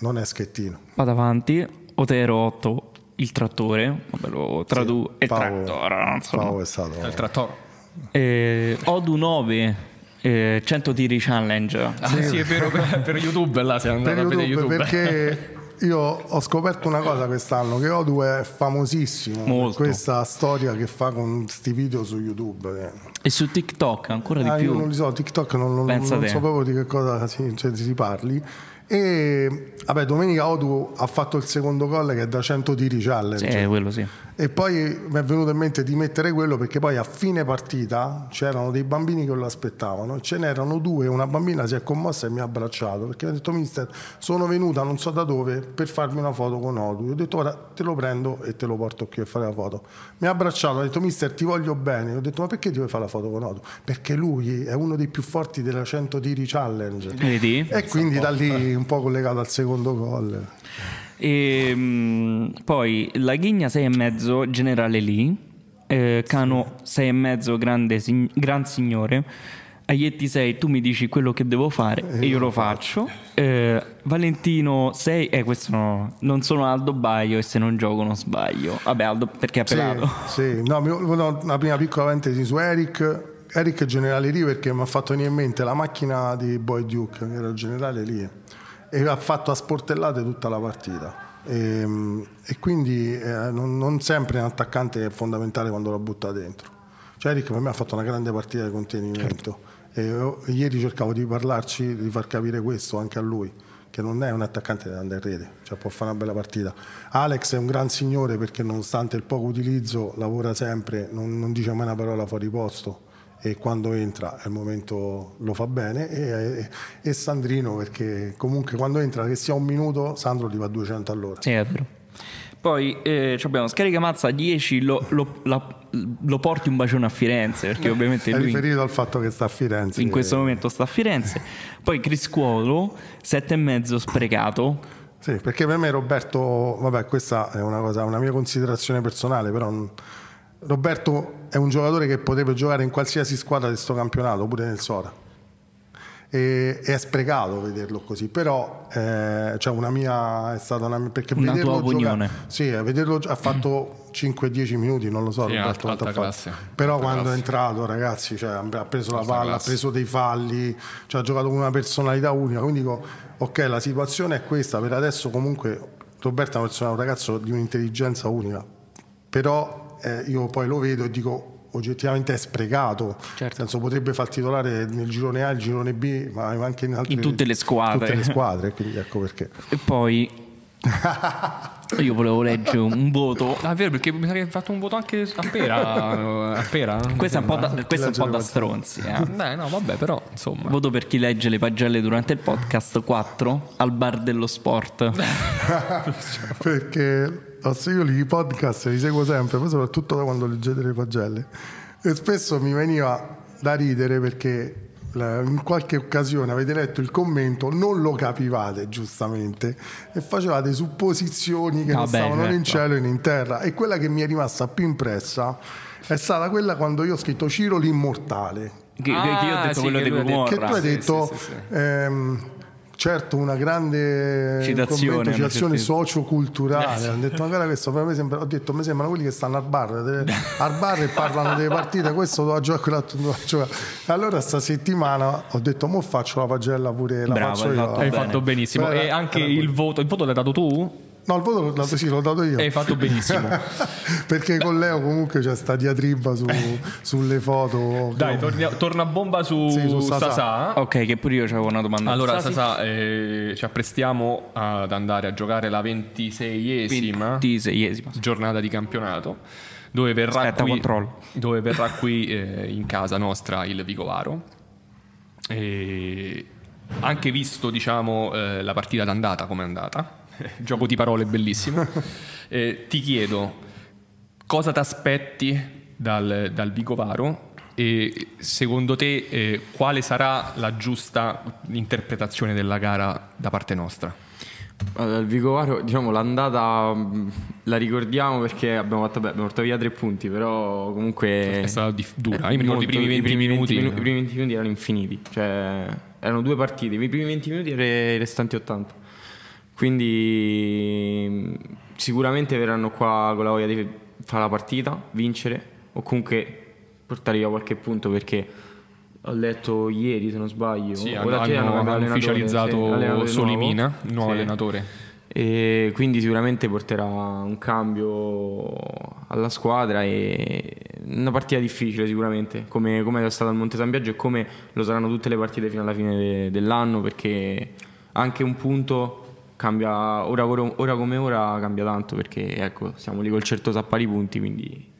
non è schettino.
Vado avanti, Otero 8, il trattore, vabbè lo traduco, il
Paolo-
trattore, non so.
Paolo è stato...
Il trattore.
Eh, Odu 9, eh, 100 tiri challenge.
Ah, sì, è vero, per, per YouTube là se
per
andate a vedere
YouTube,
YouTube.
perché io ho scoperto una cosa quest'anno che Odu è famosissimo per
Molto.
questa storia che fa con sti video su YouTube eh.
E su TikTok ancora di
Ah, io
più.
non li so, TikTok non, non,
Pensa
non
te.
sapevo di che cosa si, cioè, si parli e vabbè domenica Odu ha fatto il secondo gol che è da 100 tiri
Sì,
challenge
eh, quello sì.
e poi mi è venuto in mente di mettere quello perché poi a fine partita c'erano dei bambini che lo aspettavano, ce n'erano due, una bambina si è commossa e mi ha abbracciato perché mi ha detto mister sono venuta non so da dove per farmi una foto con Odu, Io ho detto guarda te lo prendo e te lo porto qui a fare la foto, mi ha abbracciato, ha detto mister ti voglio bene, Io ho detto ma perché ti vuoi fare la foto con Odu? Perché lui è uno dei più forti della 100 tiri challenge
Vedi?
e quindi da lì un po' collegato al secondo gol.
E, mm, poi la ghigna 6,5 generale lì, eh, Cano 6,5 grande sig- gran signore, Aietti 6 tu mi dici quello che devo fare e io lo faccio, Eh, Valentino 6 eh questo no, non sono Aldo Baio e se non gioco non sbaglio, vabbè Aldo perché ha
Sì,
pelato.
sì. No, mi- no, una prima piccola parentesi su Eric. Eric è generale lì perché mi ha fatto venire in mente la macchina di Boy Duke, che era il generale lì, e ha fatto a sportellate tutta la partita. E, e quindi eh, non, non sempre un attaccante è fondamentale quando la butta dentro. Cioè Eric per me ha fatto una grande partita di contenimento.
Certo.
E io- ieri cercavo di parlarci, di far capire questo anche a lui, che non è un attaccante da andare in rete, cioè può fare una bella partita. Alex è un gran signore perché nonostante il poco utilizzo lavora sempre, non, non dice mai una parola fuori posto e quando entra al momento lo fa bene e, e- e Sandrino perché comunque quando entra che sia un minuto Sandro gli va 200 all'ora.
Sì, è vero. Poi eh, ci abbiamo Scarica Mazza 10, lo, lo- la- lo porti un bacione a Firenze
Eh,
perché ovviamente
È
lui
riferito al fatto che sta a Firenze.
in questo momento sta a Firenze. Poi Criscuolo, 7,5 sprecato.
Sì, perché per me Roberto, vabbè, questa è una, cosa, una mia considerazione personale, però non- Roberto è un giocatore che potrebbe giocare in qualsiasi squadra di sto campionato, pure nel Sora. E, e è sprecato vederlo così, però eh, cioè una mia è stata una mia, perché
Una
vederlo
tua opinione.
giocare- sì, eh, vederlo gi- ha fatto 5-10 minuti, non lo so,
Sì,
Roberto
alta-
quanto ha
alta
fatto.
classe.
Però
Alta
quando è
classe.
entrato, ragazzi, cioè, ha preso la
Alta
palla, ha
classe.
preso dei falli, cioè, ha giocato con una personalità unica. Quindi dico, ok, la situazione è questa. Per adesso, comunque, Roberto è una persona- un ragazzo di un'intelligenza unica. Però eh, io poi lo vedo e dico. Oggettivamente è sprecato,
Certo.
nel senso potrebbe far titolare nel girone A, il girone B, ma anche in, altre,
In tutte le squadre.
tutte le squadre, quindi ecco perché.
E poi io volevo leggere un voto.
Ah, è vero, perché mi sa che hai fatto un voto anche a pera. eh, a pera?
Questo è un po' da, questo è un po' da stronzi. eh.
Beh, no, vabbè, però, insomma.
Voto per chi legge le pagelle durante il podcast 4 al bar dello sport.
perché adesso io li podcast li seguo sempre, poi soprattutto da quando leggete le pagelle. E spesso mi veniva da ridere perché la- in qualche occasione avete letto il commento, non lo capivate giustamente e facevate supposizioni che non
Vabbè,
stavano né in
certo.
cielo né in terra. E quella che mi è rimasta più impressa è stata quella quando io ho scritto Ciro l'immortale,
Che, che io ho
Ah,
detto
sì,
quello
che
di
lui ha detto.
che
Gomorra.
tu hai detto
sì, sì, sì.
ehm, certo una grande
Citazione,
commento,
una
citazione
certezza.
socioculturale hanno detto ancora questo per me sembra, ho detto mi sembrano quelli che stanno al bar de- al bar e parlano delle partite questo doveva giocare quell'altro doveva giocare allora sta settimana ho detto mo faccio la pagella pure la
Bravo,
faccio
hai
io
fatto
Hai
bene.
fatto benissimo.
Era-
e anche
era
il voto, il voto l'hai dato tu?
no il voto l'ho dato, sì, l'ho dato io
E hai fatto benissimo.
perché con Leo comunque c'è sta diatriba su- sulle foto
Dai, torna, torna a bomba su,
Sì, su Sasà.
Sasà.
Ok, che pure io avevo una domanda.
Allora,
Sasi?
Sasà, eh, ci apprestiamo ad andare a giocare la 26esima
26esima.
giornata di campionato, dove verrà
Aspetta,
qui,
controllo.
dove verrà qui eh, in casa nostra il Vicovaro. E anche visto diciamo, eh, la partita d'andata come è andata, gioco di parole bellissimo, eh, ti chiedo cosa ti aspetti dal, dal Vicovaro e secondo te eh, quale sarà la giusta interpretazione della gara da parte nostra?
Allora, il Vicovaro, diciamo, l'andata mh, la ricordiamo perché abbiamo, fatto, beh, abbiamo portato via tre punti, però comunque...
È stata dif- dura, io mi ricordo i
Eh, molto,
primi 20 minuti.
I primi 20 minuti erano infiniti, cioè erano due partite, i primi 20 minuti e i restanti 80. Quindi mh, sicuramente verranno qua con la voglia di fare la partita, vincere o comunque portare via qualche punto perché ho letto ieri se non sbaglio
Sì,
o
hanno,
l'altro ieri
hanno- hanno
cambiato allenatore, sì,
ufficializzato
allenatore
Solimina,
nuovo.
nuovo
Sì.
allenatore.
E quindi sicuramente porterà un cambio alla squadra e una partita difficile sicuramente, come, come è stata al Monte San Biagio e come lo saranno tutte le partite fino alla fine de- dell'anno, perché anche un punto cambia, ora, ora- ora come ora cambia tanto, perché ecco, siamo lì col Certosa a pari punti, quindi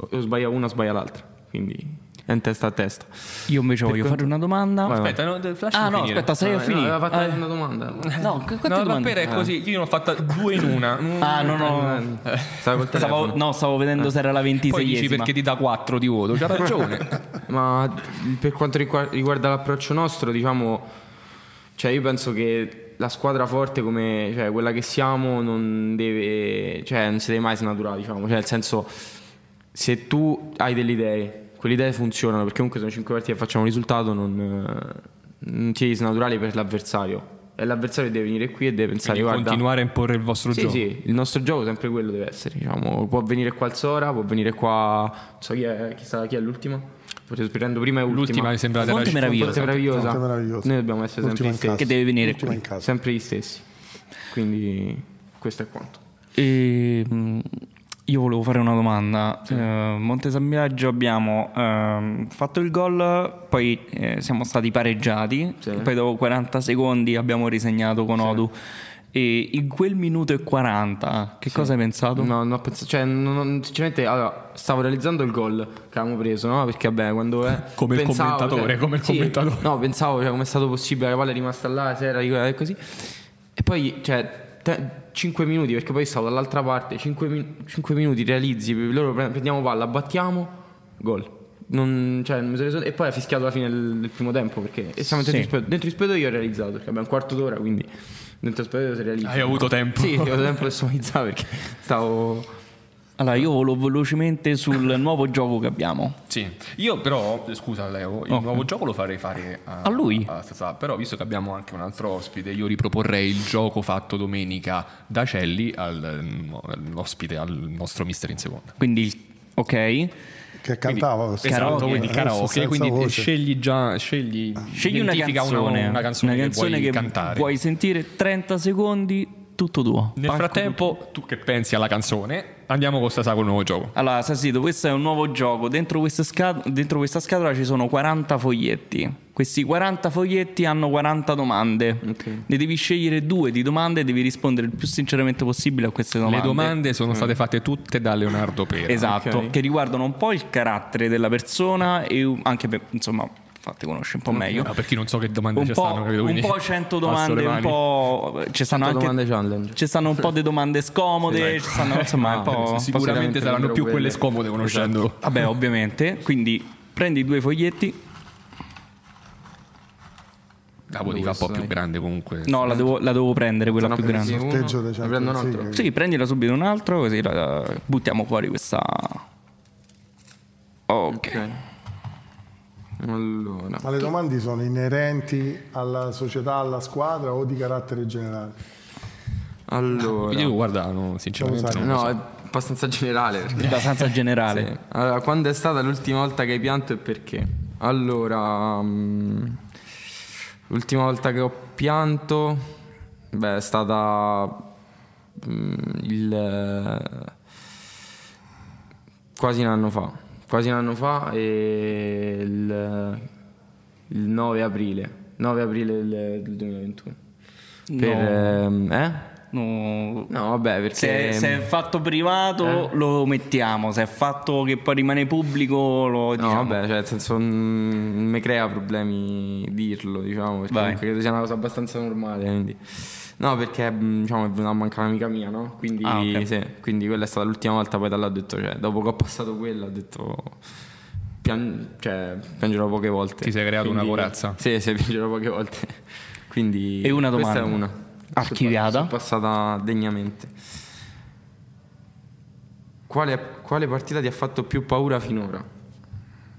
o o sbaglia una o sbaglia l'altra, quindi è in testa a testa.
Io invece voglio fare una domanda.
Vai, vai.
Aspetta, no, de- lasciami
Ah no,
finire.
aspetta, sei a
eh, No, no,
finire.
aveva fatto
Ah,
una domanda.
No, che- quante
No, la
domande?
pappera è così, io ne ho fatta due in una. Mm.
Ah, no, no. no.
Eh, Stava col telefono.
Stavo, no, stavo vedendo se era la 26esima.
Poi dici perché ti dà quattro di voto, c'ha ragione.
Ma per quanto riguar- riguarda l'approccio nostro, diciamo, cioè io penso che la squadra forte come cioè, quella che siamo non deve, cioè, non si deve mai snaturare, diciamo, cioè nel senso se tu hai delle idee, quelle idee funzionano perché comunque sono 5 partite e facciamo un risultato, non, eh, non ti devi snaturare per l'avversario. E l'avversario deve venire qui e deve pensare,
Quindi
guarda,
continuare a imporre il vostro
sì,
gioco.
sì, il nostro gioco sempre quello deve essere. Diciamo. Può venire qua al Sora, può venire qua. Non so chi è, chi sta- chi è l'ultima. Forse prendo prima e ultima.
L'ultima mi sembra della
Fonte meravigliosa.
Forse meravigliosa.
Fonte meravigliosa.
Noi dobbiamo essere sempre gli,
Ultima in casa.
stessi,
Che deve venire
Ultima
qui.
in casa.
sempre gli stessi. Quindi, questo è quanto.
E, mh, io volevo fare una domanda. Eh, Monte San Biagio abbiamo ehm, fatto il gol, poi eh, siamo stati pareggiati,
Sì.
poi dopo 40 secondi abbiamo risegnato con Odu. E in quel minuto e 40, che cosa hai pensato?
No, no, penso- cioè, non- non- sinceramente, allora, stavo realizzando il gol che avevamo preso, no? Perché, vabbè, quando è. cioè,
Come il commentatore, come il commentatore.
No, pensavo, cioè, come è stato possibile, la palla è rimasta là, si era rigorata e così. E poi, cioè. 5 minuti perché poi stavo dall'altra parte 5, minuti realizzi loro pre- prendiamo palla battiamo gol Non- cioè, non mi sono reso- e poi ha fischiato la fine del, del primo tempo perché e siamo dentro,
Sì.
il sped- dentro il spedito io ho realizzato perché abbiamo un quarto d'ora quindi dentro il spedito si realizza
Hai avuto tempo.
sì, avevo tempo per somatizzare perché stavo.
Allora, io volevo velocemente sul nuovo gioco che abbiamo.
Sì. Io però, scusa Leo, il nuovo gioco lo farei fare a,
A lui?
Sasà, però visto che abbiamo anche un altro ospite, io riproporrei il gioco fatto domenica da Celli al, all'ospite, al nostro mister in seconda.
Quindi, il- ok,
Che cantava. sì.
Karaoke.
Esatto, quindi
Eh,
karaoke,
senza
quindi
voce.
scegli già, scegli,
scegli una
identifica
canzone,
una, una canzone,
una
che, vuoi cantare.
puoi sentire 30 secondi, tutto tuo.
Nel
Palco
frattempo, tu che pensi alla canzone, andiamo con Sasà con il nuovo gioco.
Allora, Sassito, questo è un nuovo gioco. Dentro questa, sca- dentro questa scatola ci sono 40 foglietti. Questi 40 foglietti hanno 40 domande.
Ok.
Ne devi scegliere due di domande e devi rispondere il più sinceramente possibile a queste domande. Mm.
Le domande sono state fatte tutte da Leonardo Pera.
Esatto,
Ok.
che riguardano un po' il carattere della persona e u- anche per, insomma, fate conoscere un po' meglio.
No, per chi non so che domande
Un
ci
po',
stanno, capito?
un
Quindi
po' 100
passo
domande,
le
un
mani.
po'. Ci stanno anche.
domande challenge.
Ci stanno un po' di domande scomode, ci stanno, insomma, un po'.
Sicuramente
Sicuramente
saranno più
quelle-
quelle scomode conoscendolo.
Vabbè, ovviamente. Quindi prendi due foglietti.
La poteva un po' più grande comunque.
No, la devo, la devo prendere quella
Sono
più
presi
grande.
uno,
Sorteggio dei
ne
Champions
prendo un altro.
League.
Sì, prendila subito un altro, così la, la- buttiamo fuori questa. Ok.
Ok. Allora.
Ma le domande sono inerenti alla società, alla squadra o di carattere generale?
Allora.
Io guarda, no, sinceramente
Cosa
non lo so.
No, è abbastanza generale. perché-
Abbastanza generale.
Sì. Allora, quando è stata l'ultima volta che hai pianto e perché? Allora, mm, l'ultima volta che ho pianto, beh, è stata mm, il eh, quasi un anno fa, quasi un anno fa e il, il 9 aprile, 9 aprile del, del 2021. Per, ehm, eh?
No,
No, vabbè,
Se,
perché ehm, Eh?
se è fatto privato lo mettiamo, se è fatto che poi rimane pubblico lo
No,
diciamo.
vabbè, cioè, nel senso, mm, non mi crea problemi dirlo, diciamo, perché
Vai.
comunque credo sia una cosa abbastanza normale, quindi. No, perché mm, diciamo, è venuta a mancare un'amica mia, no? Quindi,
Ah, ok.
sì, quindi quella è stata l'ultima volta, poi da là ho detto, cioè, dopo che ho passato quella, ho detto, pian- cioè, piangerò poche volte.
Ti sei creato
Quindi-
una corazza.
Sì, sì, piangerò poche volte. Quindi,
E una
questa
domanda.
è una.
Archiviata.
Sono passata degnamente. Quale, quale partita ti ha fatto più paura finora?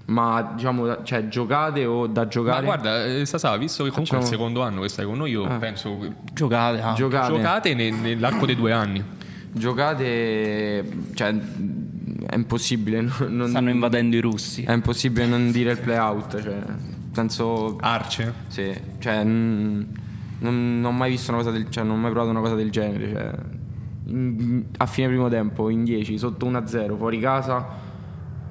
Ma diciamo, da- cioè, giocate o da
Ma
giocare?
guarda, eh, Sasà, visto che comunque è il
Facciamo-
secondo anno che stai con noi, io
Ah.
penso che
Giocate. ah.
giocate,
giocate ne- nell'arco dei due anni.
giocate, cioè, è impossibile. no- Non,
Stanno invadendo i russi.
È impossibile non dire il play out. Cioè, penso,
Arce.
sì, cioè, mm, non, non ho mai visto una cosa del cioè, non ho mai provato una cosa del genere. cioè, in- a fine primo tempo, in 10, sotto 1-0, fuori casa.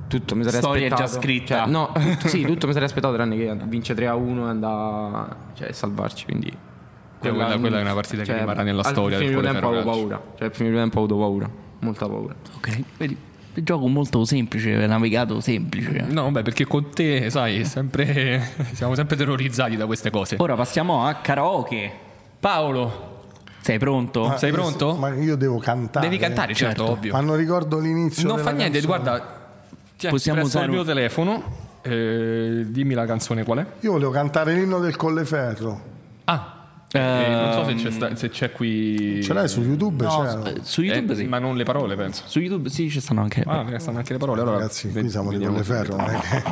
Tutto mi sarei
Storia
aspettato.
già scritta.
Cioè, no, tutto- sì, tutto mi sarei aspettato tranne che vince 3-1 e andare cioè, salvarci. Quindi. cioè,
quella- quella è una partita che rimarrà nella storia
Al
del
primo tempo avevo
Colleferro
paura. Cioè, al primo tempo ho avuto paura. Molta paura.
Ok, vedi. Il gioco molto semplice, navigato semplice.
No, beh, perché con te, sai, è sempre, siamo sempre terrorizzati da queste cose.
Ora passiamo a karaoke.
Paolo,
Sei pronto?
Ma-
sei pronto?
Ma io devo cantare.
devi cantare, certo,
certo.
ovvio.
Ma non ricordo l'inizio.
Non
della
fa niente,
canzone.
guarda, cioè,
Possiamo
Possiamo usare
usare
il mio
un-
telefono, eh, dimmi la canzone qual è.
Io volevo cantare l'inno del Colleferro.
Ah, eh, non so se c'è, sta- se c'è qui...
Ce l'hai su YouTube?
No,
c'era?
s- su
Eh,
YouTube sì.
Ma non le parole, penso.
Su YouTube sì, ci stanno anche.
Ah, stanno anche le parole. Allora,
Ragazzi,
ved-
qui siamo di
vediamo.
Colleferro. non è che-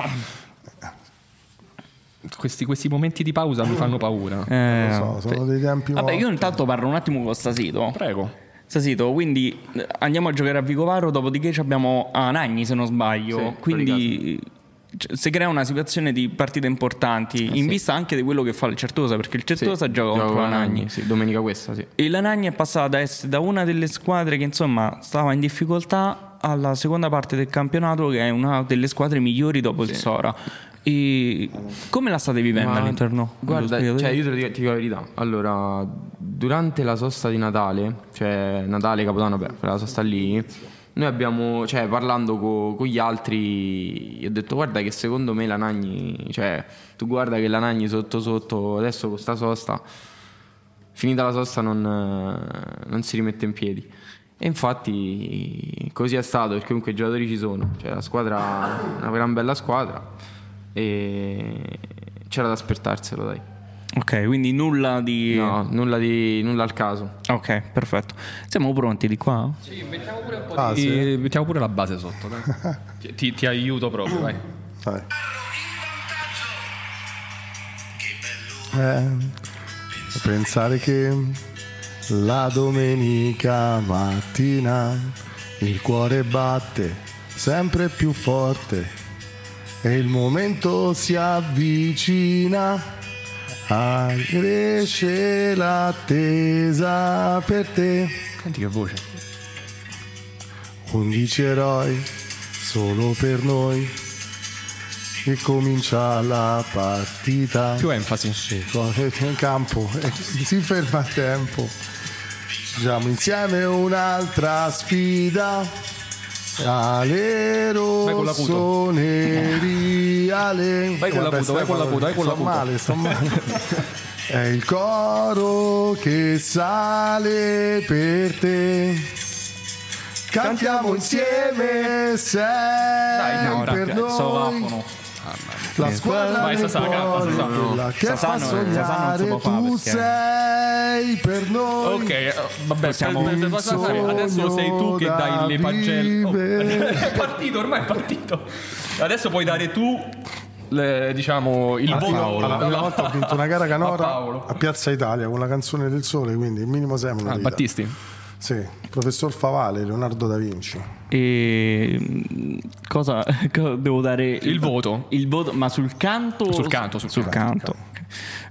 Questi, questi momenti di pausa mi fanno paura.
Eh,
so, sono dei tempi
Vabbè, io
morti.
intanto parlo un attimo con Stasito.
Prego.
Stasito, quindi eh, andiamo a giocare a Vicovaro, dopodiché ci abbiamo Anagni se non sbaglio,
Sì,
quindi c- si crea una situazione di partite importanti
Eh,
in vista anche di quello che fa il Certosa, perché il Certosa gioca
Gioco
contro
con
Anagni.
Anagni, Sì, domenica questa, sì.
E l'Anagni è passata da essere da una delle squadre che insomma stava in difficoltà alla seconda parte del campionato che è una delle squadre migliori dopo il Sora. E come la state vivendo
Ma-
all'interno?
Guarda,
dello
cioè,
spogliatoio?
io te lo dico, ti dico la verità. Allora, durante la sosta di Natale, cioè Natale, Capodanno, beh, quella sosta lì, noi abbiamo, cioè, parlando co- con gli altri, gli ho detto, guarda che secondo me la Nagni, cioè, tu guarda che la Nagni sotto sotto, adesso con sta sosta, finita la sosta non, eh, non si rimette in piedi. E infatti così è stato, perché comunque i giocatori ci sono, cioè la squadra è una gran bella squadra e c'era da aspettarselo dai.
Ok, quindi nulla di...
No, nulla, di, nulla al caso.
Ok, perfetto. Siamo pronti di qua?
Ah, sì.
E Eh, mettiamo pure la base sotto. dai. Ti- ti, ti aiuto proprio, vai.
Dai. Eh, pensare che la domenica mattina il cuore batte sempre più forte e il momento si avvicina. Ah, cresce l'attesa per te.
Senti che voce.
11 eroi solo per noi e comincia la partita
Più enfasi.
Corre in campo e si ferma a tempo facciamo insieme un'altra sfida
Vai
ale
con l'acuto.
rosso neri ale
Vai con
Eh, vabbè,
l'acuto, vai
stai-
con l'acuto, vai con
sto
l'acuto.
male sto male è il coro che sale per te Cantiamo insieme
Dai,
sempre
canta.
Eh, per noi
Savafono.
la squadra
Vai,
del
Sasà, canta,
cuore,
Sasà.
quella che
Sasà
fa
non- Sasà non si
sognare
può fare
tu
perché-
sei per noi
Ok, eh, vabbè,
Possiamo-
per- per- per- per- adesso sei tu che dai le pagelle. Oh,
vivere.
è partito, ormai è partito. Adesso puoi dare tu, le- diciamo, il
Ah,
voto.
io alla- una volta ho vinto una gara
A
canora
Paolo.
a Piazza Italia con la canzone del sole quindi il minimo sembra una
Ah,
vita.
Battisti.
sì, professor Favale Leonardo da Vinci
E mm, cosa co- devo dare?
Il voto.
Il voto, ma sul canto? o
Sul
su-
canto, sul
canto.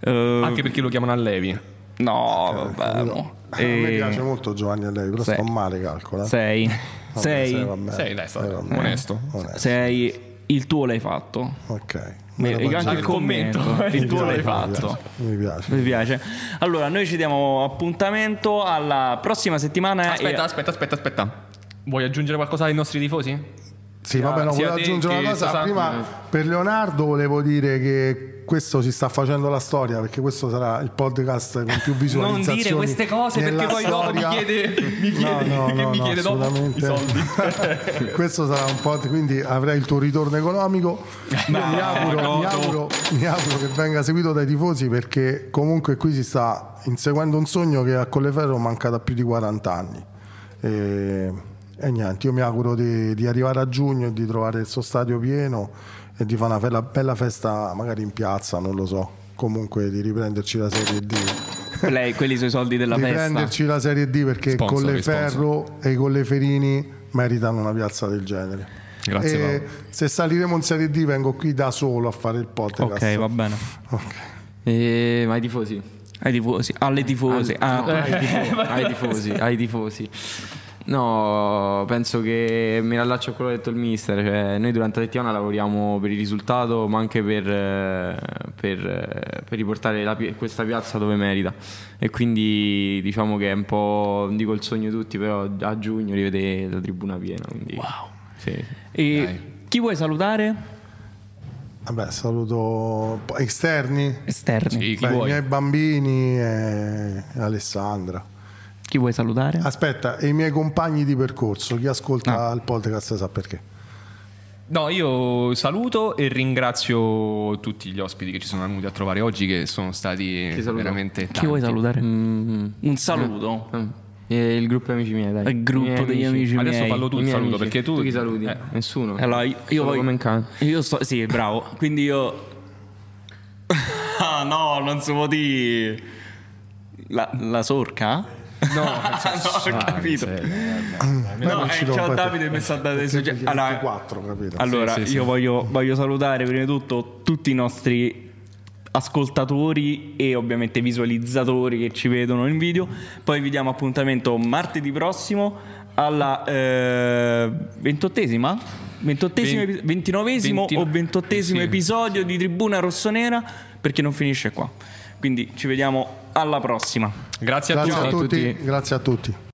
Eh,
Anche perché lo chiamano a Levi.
no, vabbè. no.
a me piace
Eh,
molto Giovanni a lei però
Sei.
sto male calcola
sei.
Vabbè,
sei.
vabbè.
Sei, dai, sta-
Eh, vabbè.
onesto.
Onesto.
sei. Il tuo l'hai fatto.
ok
Me- anche il commento, il tuo l'hai fatto.
Mi piace.
Mi piace. Allora, noi ci diamo appuntamento alla prossima settimana.
Aspetta,
e...
aspetta, aspetta, aspetta. Vuoi aggiungere qualcosa ai nostri tifosi?
Sì, vabbè, no,
sia
volevo
te
aggiungere
che
una cosa.
Sasan-
Prima per Leonardo volevo dire che questo si sta facendo la storia perché questo sarà il podcast con più
Non
visualizzazioni.
dire queste cose perché
nella
poi dopo mi
storia.
chiede, mi chiede,
No, no,
che
no,
mi
no,
chiede dopo i
assolutamente.
soldi.
questo sarà un podcast, quindi avrai il tuo ritorno economico. Io mi, auguro, mi auguro- mi auguro che venga seguito dai tifosi perché comunque qui si sta inseguendo un sogno che a Colleferro manca da più di 40 anni. E, e niente, io mi auguro di, di arrivare a giugno e di trovare il suo stadio pieno e di fare una bella, bella festa magari in piazza, non lo so. Comunque di riprenderci la serie D
Lei, quelli sui soldi della
di
festa.
prenderci la Serie D perché
Sponsor,
Colleferro e i Colleferini meritano una piazza del genere.
Grazie,
E se saliremo in Serie D vengo qui da solo a fare il podcast.
Ok, va bene.
Eh, ma ai tifosi.
Ai tifosi, alle tifose.
Ah,
Ah,
no, ai, tifo- ai tifosi, ai tifosi. No, penso che mi rallaccio a quello che ha detto il mister. Cioè, noi durante la settimana lavoriamo per il risultato, ma anche per, eh, per, eh, per riportare la pi- questa piazza dove merita. E quindi diciamo che è un po', non dico il sogno di tutti, però a giugno rivedete la tribuna piena. Quindi,
Eh.
wow.
Ah, e chi vuoi salutare?
Vabbè, saluto esterni,
Esterni.
Sì, chi
beh, i
vuoi?
miei bambini e Alessandra.
Chi vuoi salutare?
Aspetta, e i miei compagni di percorso, chi
Ah.
ascolta il podcast sa perché.
No, io saluto e ringrazio tutti gli ospiti che ci sono venuti a trovare oggi, che sono stati
Chi saluto?
veramente tanti.
Chi vuoi salutare? Mm. Un saluto.
il gruppo amici miei, dai.
Il gruppo
I miei
degli amici Eh, miei.
Adesso fallo tu
I
il
miei
saluto,
amici.
perché tu...
chi saluti?
Eh,
Nessuno.
Allora, io, io
Solo
voglio.
come in can-
Io sto. Sì, bravo. Quindi io. Ah, no, non si può dire. La, la sorca? No, Ah, ho capito. No, eh, ciao Davide, mi sta dando dei suggerimenti. Allora,
24, capito?
Allora,
Sì, sì,
io voglio, voglio salutare prima di tutto tutti i nostri ascoltatori e ovviamente visualizzatori che ci vedono in video. Poi vi diamo appuntamento martedì prossimo alla eh, ventottesima? Ventottesimo,
Ven-
epi- ventinovesimo
venti-
o ventottesimo
sì.
episodio di Tribuna Rossonera perché non finisce qua. Quindi ci vediamo alla prossima.
Grazie a
Grazie
tutti.
a tutti, grazie a tutti.